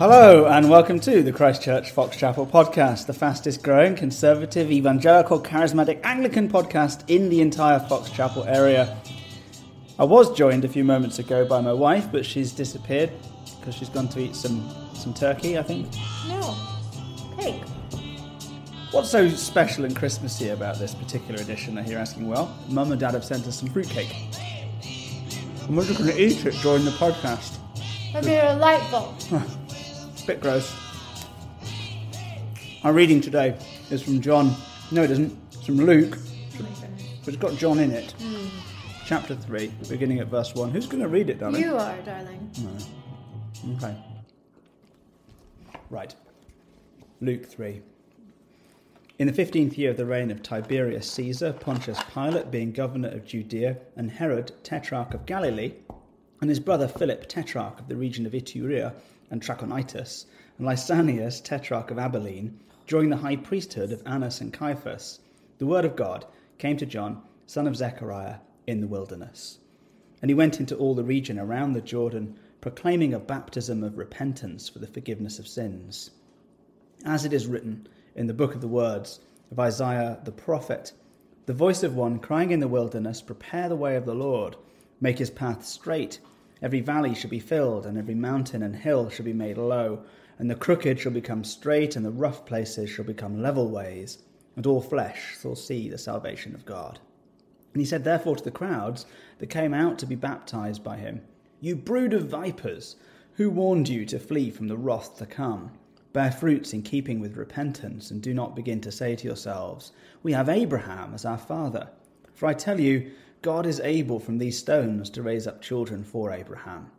Hello, and welcome to the Christchurch Fox Chapel podcast, the fastest growing conservative, evangelical, charismatic Anglican podcast in the entire Fox Chapel area. I was joined a few moments ago by my wife, but she's disappeared because she's gone to eat some, some turkey, I think. No. Pig. What's so special and Christmassy about this particular edition, I hear asking? Well, Mum and Dad have sent us some fruitcake. And we're just going to eat it during the podcast. That'd be a light bulb. It's a bit gross. Our reading today is from John. No, it isn't. It's from Luke, but it's got John in it. Chapter 3, beginning at verse 1. Who's going to read it, darling? You are, darling. Mm. Okay. Right. Luke 3. In the fifteenth year of the reign of Tiberius Caesar, Pontius Pilate being governor of Judea, and Herod, tetrarch of Galilee, and his brother Philip, tetrarch of the region of Iturea and Trachonitis, and Lysanias, tetrarch of Abilene, during the high priesthood of Annas and Caiaphas, the word of God came to John, son of Zechariah, in the wilderness. And he went into all the region around the Jordan, proclaiming a baptism of repentance for the forgiveness of sins. As it is written in the book of the words of Isaiah the prophet, the voice of one crying in the wilderness, Prepare the way of the Lord, make his path straight. Every valley shall be filled, and every mountain and hill shall be made low, and the crooked shall become straight, and the rough places shall become level ways, and all flesh shall see the salvation of God. And he said, therefore, to the crowds that came out to be baptized by him, You brood of vipers, who warned you to flee from the wrath to come? Bear fruits in keeping with repentance, and do not begin to say to yourselves, We have Abraham as our father. For I tell you, God is able from these stones to raise up children for Abraham.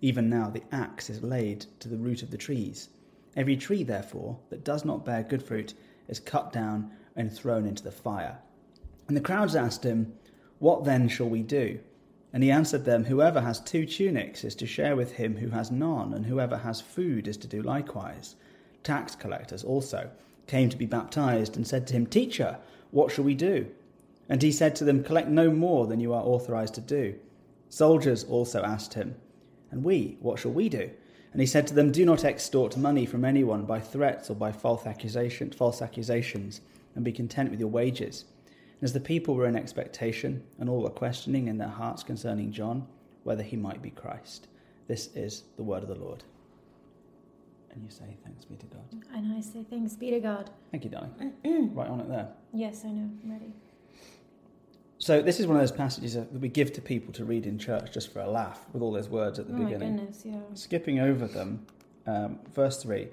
Even now the axe is laid to the root of the trees. Every tree, therefore, that does not bear good fruit is cut down and thrown into the fire. And the crowds asked him, What then shall we do? And he answered them, Whoever has two tunics is to share with him who has none, and whoever has food is to do likewise. Tax collectors also came to be baptized and said to him, Teacher, what shall we do? And he said to them, Collect no more than you are authorized to do. Soldiers also asked him, And we, what shall we do? And he said to them, Do not extort money from anyone by threats or by false, accusation, false accusations, and be content with your wages. And as the people were in expectation, and all were questioning in their hearts concerning John, whether he might be Christ. This is the word of the Lord. And you say, Thanks be to God. And I say thanks be to God. Thank you, darling. right on it there. Yes, I know. I'm ready. So this is one of those passages that we give to people to read in church just for a laugh, with all those words at the oh my beginning. goodness, yeah. Skipping over them, um, verse three,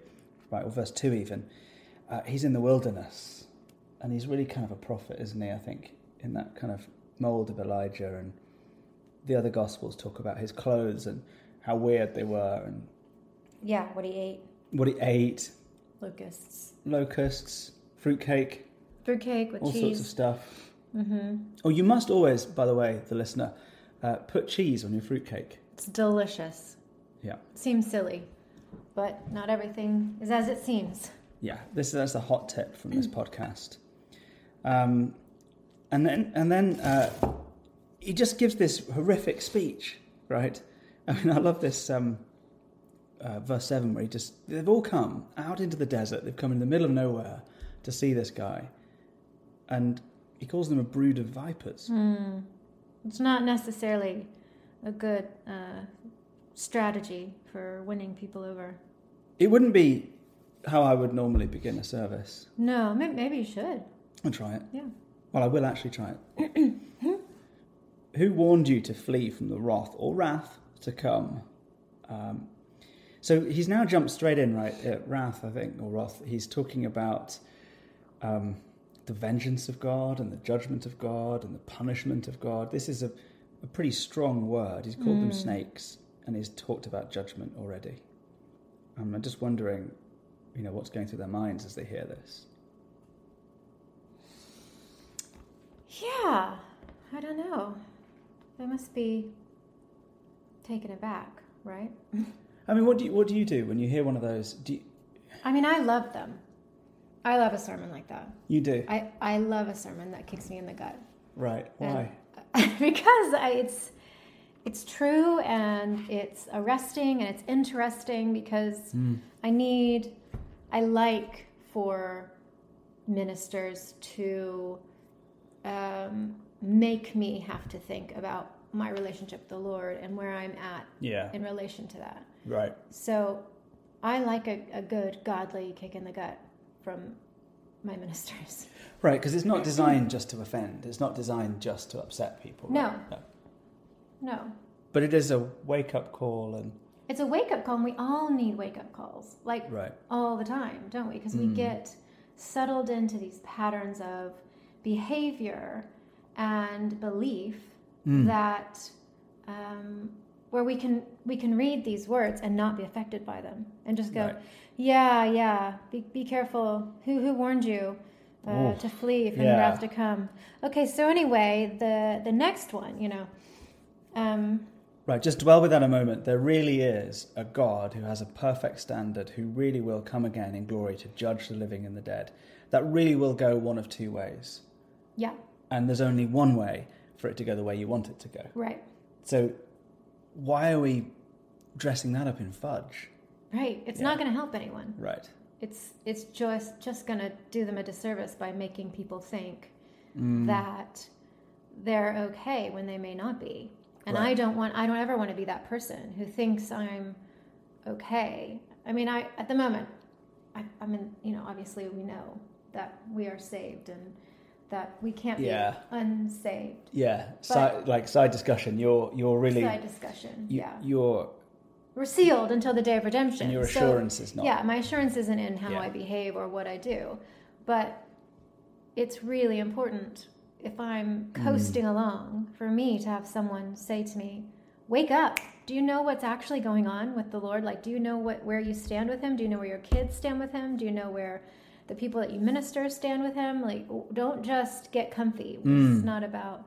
right, or verse two even. Uh, he's in the wilderness, and he's really kind of a prophet, isn't he? I think in that kind of mold of Elijah, and the other gospels talk about his clothes and how weird they were, and Yeah, what he ate. what he ate, Locusts. locusts, fruitcake, Fruit cake with all sorts of cheese. stuff. Mm-hmm. Oh, you must always, by the way, the listener, uh, put cheese on your fruitcake. It's delicious. Yeah. Seems silly, but not everything is as it seems. Yeah, this that's the hot tip from this podcast. Um, and then and then uh, he just gives this horrific speech, right? I mean, I love this um, uh, verse seven where he just they've all come out into the desert. They've come in the middle of nowhere to see this guy, and he calls them a brood of vipers. Mm. It's not necessarily a good uh, strategy for winning people over. It wouldn't be how I would normally begin a service. No, may- maybe you should. I'll try it. Yeah. Well, I will actually try it. Who warned you to flee from the wrath or wrath to come? Um, so he's now jumped straight in, right? At wrath, I think, or wrath. He's talking about um, the vengeance of God and the judgment of God and the punishment of God. This is a, a pretty strong word. He's called them snakes and he's talked about judgment already. Um, I'm just wondering, you know, what's going through their minds as they hear this. Yeah, I don't know. They must be taken aback, right? I mean, what do you, what do you do when you hear one of those? Do you, I mean, I love them. I love a sermon like that. you do I, I love a sermon that kicks me in the gut right? Why? because I, it's it's true and it's arresting and it's interesting because Mm. I need, I like for ministers to um, make me have to think about my relationship with the Lord and where I'm at Yeah. in relation to that. Right. So I like a, a good, godly kick in the gut from my ministers. Right, because it's not designed just to offend. It's not designed just to upset people. right? No. No. But it is a wake up call and It's a wake up call, and we all need wake up calls. Like, right. all the time, don't we? Because we Mm. get settled into these patterns of behavior and belief Hmm. Mm. that um, where we can we can read these words and not be affected by them, and just go, Right. yeah, yeah, be, be careful. Who who warned you? Uh, Oof. to flee from Yeah. the wrath to come. Okay, so anyway, the the next one, you know, um, Right, just dwell with that a moment. There really is a God who has a perfect standard, who really will come again in glory to judge the living and the dead. That really will go one of two ways. yeah, And there's only one way for it to go the way you want it to go. right, So why are we dressing that up in fudge? right. It's Yeah. not going to help anyone. Right. it's it's just just gonna do them a disservice by making people think Mm. that they're okay when they may not be and i Right. don't want i don't ever want to be that person who thinks i'm okay i mean i at the moment i, I mean you know obviously we know that we are saved and that we can't Yeah. be unsaved Yeah. But- side, like side discussion. You're you're really side discussion you, yeah you're we're sealed until the day of redemption and your So- assurance is not Yeah, my assurance isn't in how Yeah. I behave or what I do, but it's really important if I'm Mm. coasting along for me to have someone say to me, "Wake up! Do you know what's actually going on with the Lord? Like, do you know what where you stand with Him? Do you know where your kids stand with Him? Do you know where the people that you minister stand with Him? Like, w- don't just get comfy. Mm. It's not about.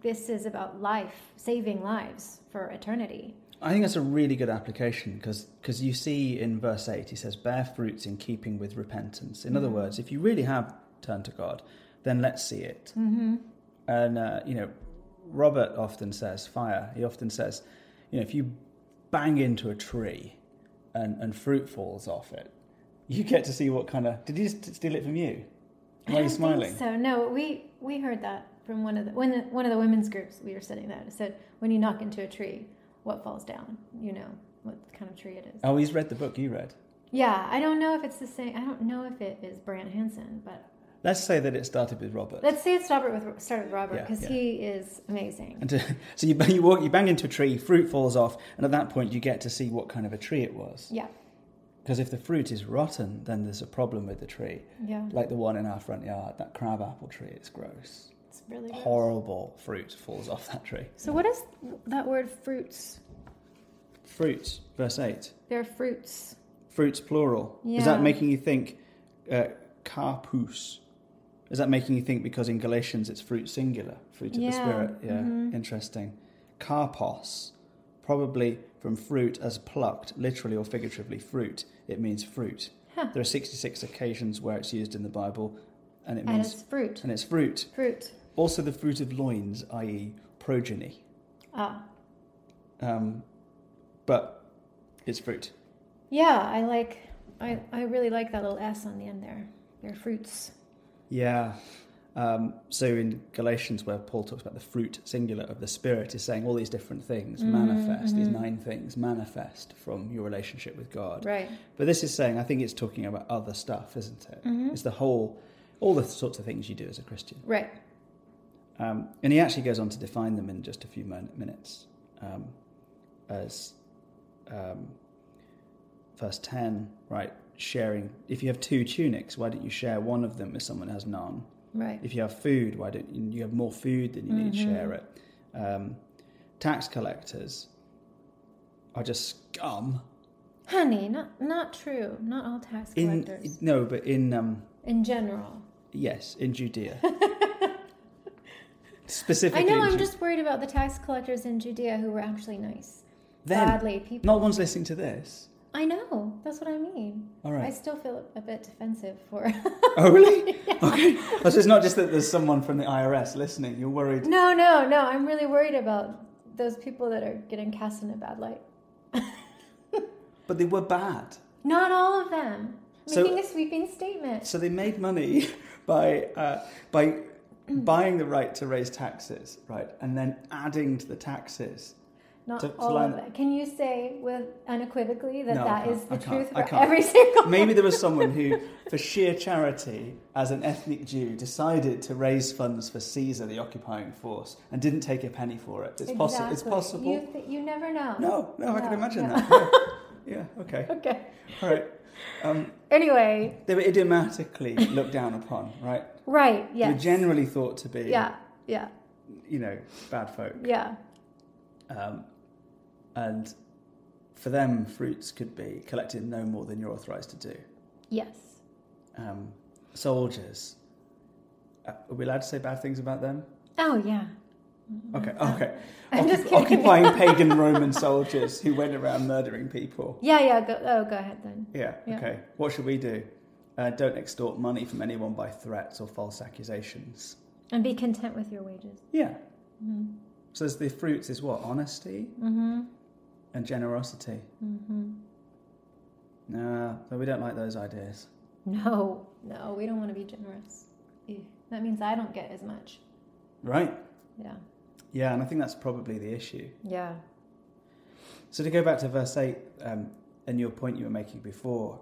This is about life, saving lives for eternity. I think that's a really good application because you see in verse 8, he says, Bear fruits in keeping with repentance. In other words, if you really have turned to God, then let's see it. Mm-hmm. And, uh, you know, Robert often says, fire, he often says, you know, if you bang into a tree and, and fruit falls off it, you get to see what kind of. Did he just steal it from you? Why I are you don't smiling? Think so no, we we heard that from one of the when the, one of the women's groups we were sitting there. It said when you knock into a tree, what falls down? You know what kind of tree it is. Oh, he's read the book you read. Yeah, I don't know if it's the same. I don't know if it is Brant Hansen, but Let's say that it started with Robert. let's say it started with started with Robert Yeah, because yeah. he is amazing. And to, so you, bang- you walk, you bang into a tree, fruit falls off, and at that point you get to see what kind of a tree it was. Yeah, Because if the fruit is rotten, then there's a problem with the tree. yeah, Like the one in our front yard, that crab apple tree, it's gross. it's really gross. Horrible fruit falls off that tree. So what is that word? Fruits. Fruits, verse 8. They're fruits. Fruits, plural. Is Yeah. that making you think uh, carpus? Is that making you think because in Galatians it's fruit singular, fruit of Yeah, the Spirit? Yeah, mhm. interesting. Carpos, probably from fruit as plucked, literally or figuratively, fruit. It means fruit. Huh. There are 66 occasions where it's used in the Bible, and it And means it's fruit. and it's fruit. Fruit. Also, the fruit of loins, i.e., progeny. Ah, Um, but it's fruit. yeah. I like. I I really like that little s on the end there. They're fruits. Yeah. Um, so in Galatians, where Paul talks about the fruit singular of the Spirit, is saying all these different things Mhm, manifest, these mhm. nine things manifest from your relationship with God. Right. But this is saying, I think it's talking about other stuff, isn't it? Mhm. It's the whole, all the sorts of things you do as a Christian. Right. Um, and he actually goes on to define them in just a few mon- minutes um, as um, verse 10, right? Sharing. If you have two tunics, why don't you share one of them with someone who has none? Right. If you have food, why don't you, you have more food than you need? Mhm. Share it. Um, tax collectors are just scum. Honey, not not true. Not all tax In collectors. In, no, but in um, general. yes, in Judea, specifically. I know in I'm Ju- just worried about the tax collectors in Judea who were actually nice. them. Godly people. Not one's listening to this. I know. That's what I mean. All I right. still feel a bit defensive for Oh really? Okay. Oh, So it's not just that there's someone from the IRS listening. You're worried. No, no, no. I'm really worried about those people that are getting cast in a bad light. But they were bad. Not all of them. So- Making a sweeping statement. So they made money by uh, by buying the right to raise taxes, right, and then adding to the taxes. Not to- to all line of up. it. Can you say with unequivocally that No, I that can't. is I the can't. truth I for can't. every single Maybe there was someone who, for sheer charity, as an ethnic Jew, decided to raise funds for Caesar, the occupying force, and didn't take a penny for it. It's possible. It's Exactly. possible. You, th- you never know. No, no, I can No, imagine no. that. Yeah. yeah. Okay. Okay. All right. Um, Anyway, they were idiomatically looked down upon, right? right? They Yes. were generally thought to be, yeah. Yeah. you know, bad folk. Yeah. Um, and for them, fruits could be collected no more than you're authorised to do. Yes. Um, soldiers. Uh, are we allowed to say bad things about them? Oh yeah. Mm-hmm. Okay, okay. I'm just Occup- kidding. occupying pagan Roman soldiers who went around murdering people. Yeah. Yeah. Go, oh, go ahead then. Yeah, Yeah. okay. What should we do? Uh, don't extort money from anyone by threats or false accusations. And be content with your wages. Yeah. Mm-hmm. So there's the fruits is what? Honesty Mm-hmm. and generosity. Mm-hmm. No, no, we don't like those ideas. No. No. We don't want to be generous. Ew. That means I don't get as much. Right? Yeah. Yeah, and I think that's probably the issue. Yeah. So to go back to verse 8 um, and your point you were making before,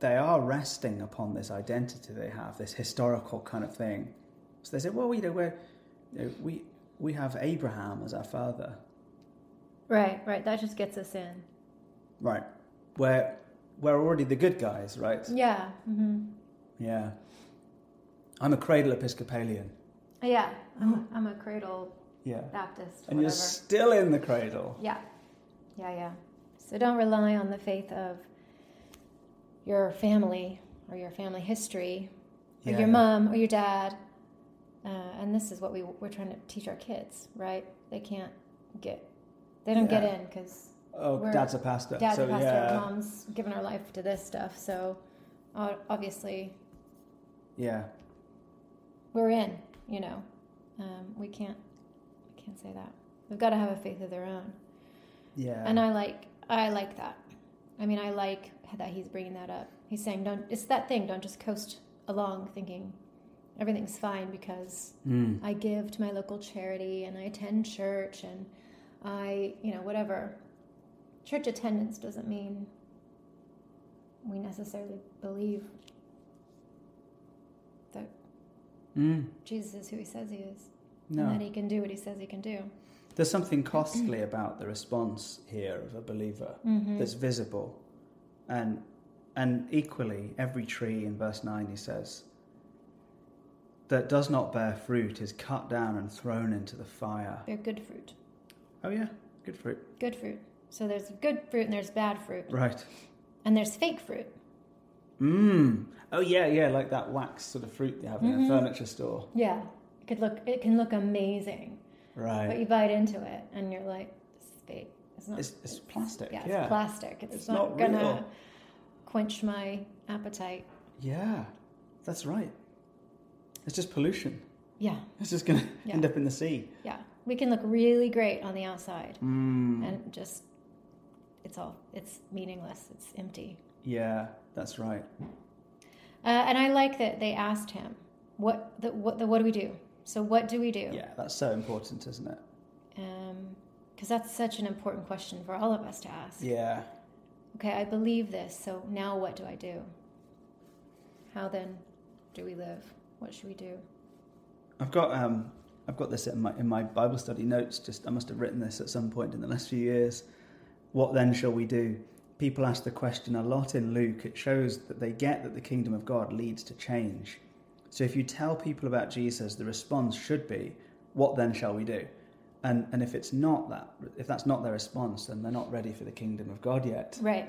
they are resting upon this identity they have, this historical kind of thing. So they say, well, you know, we're, you know we, we have Abraham as our father. Right. Right. That just gets us in. Right. We're, we're already the good guys, right? Yeah. Mm-hmm. Yeah. I'm a cradle Episcopalian. Yeah. I'm a, I'm a cradle Yeah. Baptist. And whatever. you're still in the cradle. Yeah. Yeah, yeah. So don't rely on the faith of your family or your family history or Yeah. your mom or your dad. Uh, and this is what we, we're trying to teach our kids, right? They can't get, they don't get Yeah. in because Oh, We're- dad's a pastor. dad's so, a pastor, yeah. mom's given her life to this stuff. So o- obviously Yeah. we're in, you know. Um, we can't, we can't say that. They've got to have a faith of their own. Yeah. and I like I like that. I mean, I like that he's bringing that up. He's saying, "Don't." It's that thing. Don't just coast along thinking everything's fine because Mm. I give to my local charity and I attend church and I, you know, whatever. Church attendance doesn't mean we necessarily believe that Mm. Jesus is who he says he is No. and Mm-hmm. that he can do what he says he can do. There's something costly about the response here of a believer Mm-hmm. that's visible. And and equally, every tree in verse 9 he says that does not bear fruit is cut down and thrown into the fire. They're good fruit. Oh yeah, good fruit. good fruit. So there's good fruit and there's bad fruit. Right. And there's fake fruit. Mmm. Oh yeah, yeah, like that wax sort of fruit they have in a Mhm. furniture store. Yeah. It could look it can look amazing. But Right. you bite into it and you're like, this is fake. It's not It's, it's plastic. Yeah, Yeah. it's plastic. It's, It's not, not gonna real. quench my appetite. yeah. That's right. It's just pollution. Yeah, It's just going to Yeah. end up in the sea. yeah. We can look really great on the outside Mm. and just it's all it's meaningless. It's empty. Yeah, that's right. Uh, and I like that they asked him, what the, what the, what do we do? So what do we do? Yeah, that's so important, isn't it? because that's such an important question for all of us to ask. Yeah. Okay, I believe this, so now what do I do? How then do we live? What should we do? I've got um, I've got this in my in my Bible study notes. Just I must have written this at some point in the last few years. What then shall we do? People ask the question a lot in Luke. It shows that they get that the kingdom of God leads to change. So if you tell people about Jesus, the response should be, "What then shall we do?" And and if it's not that, if that's not their response, then they're not ready for the kingdom of God yet. Right.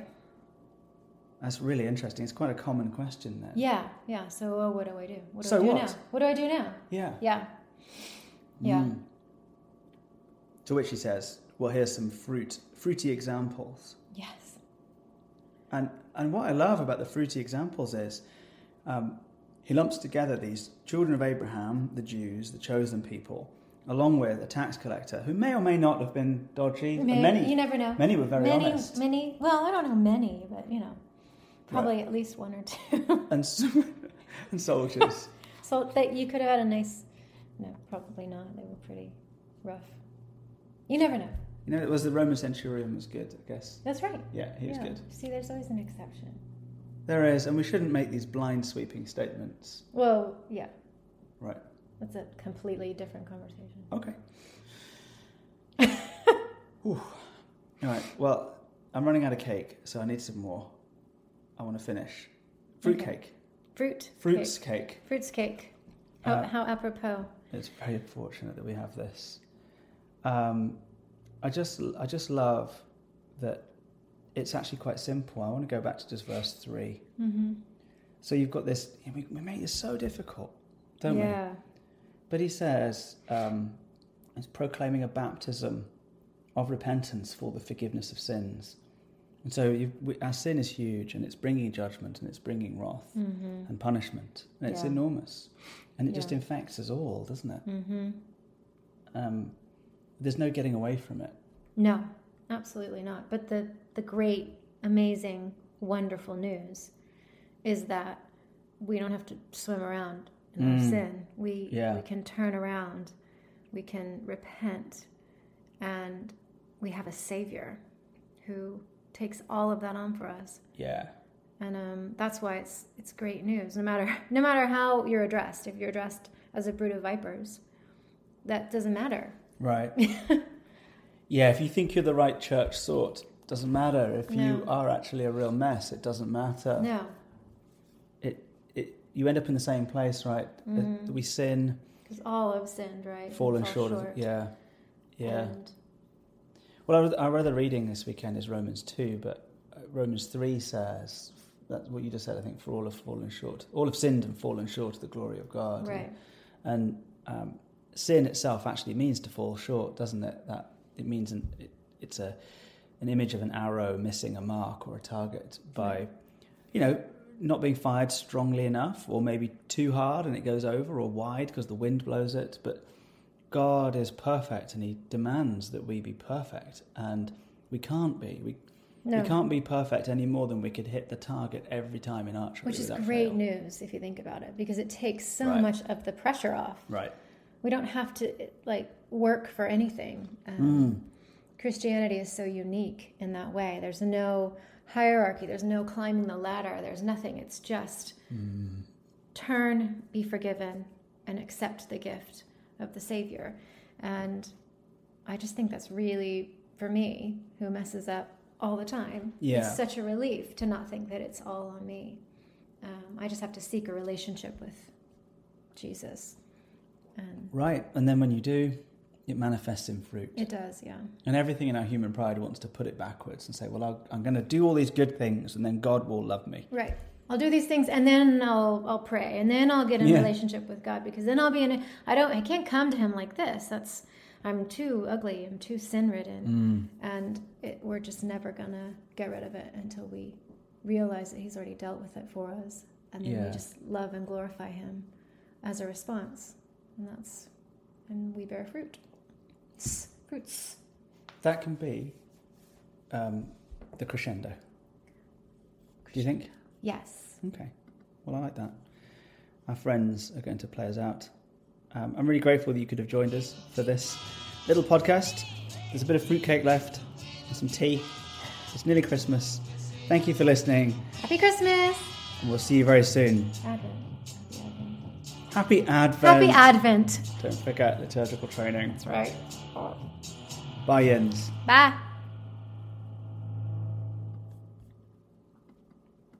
That's really interesting. It's quite a common question there. Yeah, yeah. So uh, what do I do? What do So I do what? now? What do I do now? Yeah. Hmm. Yeah. Yeah. To which he says, "Well, here's some fruit, fruity examples." Yes. And and what I love about the fruity examples is, um, he lumps together these children of Abraham, the Jews, the chosen people, along with a tax collector who may or may not have been dodgy. and May- many, you never know. many were very many, honest. many. Well, I don't know many, but you know, probably at least one or two. And, s- and soldiers. so that you could have had a nice. No, probably not. They were pretty rough. You never know. you know, it was the Roman centurion was good, I guess. That's right. Yeah, he was Yeah. good. See, there's always an exception. There is, and we shouldn't make these blind sweeping statements. Well, yeah. Right. That's a completely different conversation. Okay. Whew. All right. Well, I'm running out of cake, so I need some more. I want to finish. Fruit Okay. cake. Fruit. Fruits Cake. cake. Fruits cake. How, Uh, how apropos. It's very fortunate that we have this. Um, I just, I just love that it's actually quite simple. I want to go back to just verse three. Mm-hmm. So you've got this. We, we make this so difficult, don't we? yeah. But he says um, it's proclaiming a baptism of repentance for the forgiveness of sins. And so you've, we, our sin is huge and it's bringing judgment and it's bringing wrath Mm-hmm. and punishment. And it's Yeah. enormous. And it just Yeah. infects us all, doesn't it? Mm-hmm. Um, there's no getting away from it. No, absolutely not. But the, the great, amazing, wonderful news is that we don't have to swim around in our Mm. sin. We, Yeah. we can turn around, we can repent, and we have a Savior who takes all of that on for us. Yeah. And um, that's why it's it's great news. No matter no matter how you're addressed, if you're addressed as a brood of vipers, that doesn't matter. Right. yeah, if you think you're the right church sort, doesn't matter. If you No. are actually a real mess, it doesn't matter. No, It, it, you end up in the same place, right? Mhm. Uh, We sin. because all have sinned, right? and fallen fall short, of yeah yeah And well our- our other reading this weekend is romans 2 but uh, romans 3 says that's what you just said i think for all have fallen short all have sinned and fallen short of the glory of god right. and um, sin itself actually means to fall short doesn't it that it means an, it, it's a an image of an arrow missing a mark or a target by you know not being fired strongly enough or maybe too hard and it goes over or wide because the wind blows it but god is perfect and he demands that we be perfect and we can't be we, No, we can't be perfect any more than we could hit the target every time in archery which is without great fail. news if you think about it, because it takes so Right. much of the pressure off. right We don't have to like work for anything. Mm. Um, Christianity is so unique in that way. There's no hierarchy. There's no climbing the ladder. There's nothing. It's just turn, be forgiven, and accept the gift of the Savior. And I just think that's really for me, who messes up all the time. Yeah. It's such a relief to not think that it's all on me. Um, I just have to seek a relationship with Jesus, and Right, and then when you do, it manifests in fruit. it does. Yeah. And everything in our human pride wants to put it backwards and say, well, I'll, I'm going to do all these good things and then God will love me. Right. I'll do these things and then I'll I'll pray and then I'll get in Yeah. relationship with God because then I'll be in a, I don't I can't come to him like this. That's I'm too ugly. I'm too sin ridden. Mm. And it, we're just never gonna get rid of it until we realize that he's already dealt with it for us. And then Yeah. we just love and glorify him as a response. And that's and we bear fruit. S- Fruits. That can be um, the crescendo. Do you think? Yes. Okay. Well, I like that. Our friends are going to play us out. Um, I'm really grateful that you could have joined us for this little podcast. There's a bit of fruitcake left and some tea. It's nearly Christmas. Thank you for listening, Happy Christmas. and we'll see you very soon. Advent. Happy Advent. Happy Advent. Don't forget liturgical training. That's right. Buy-ins. Bye.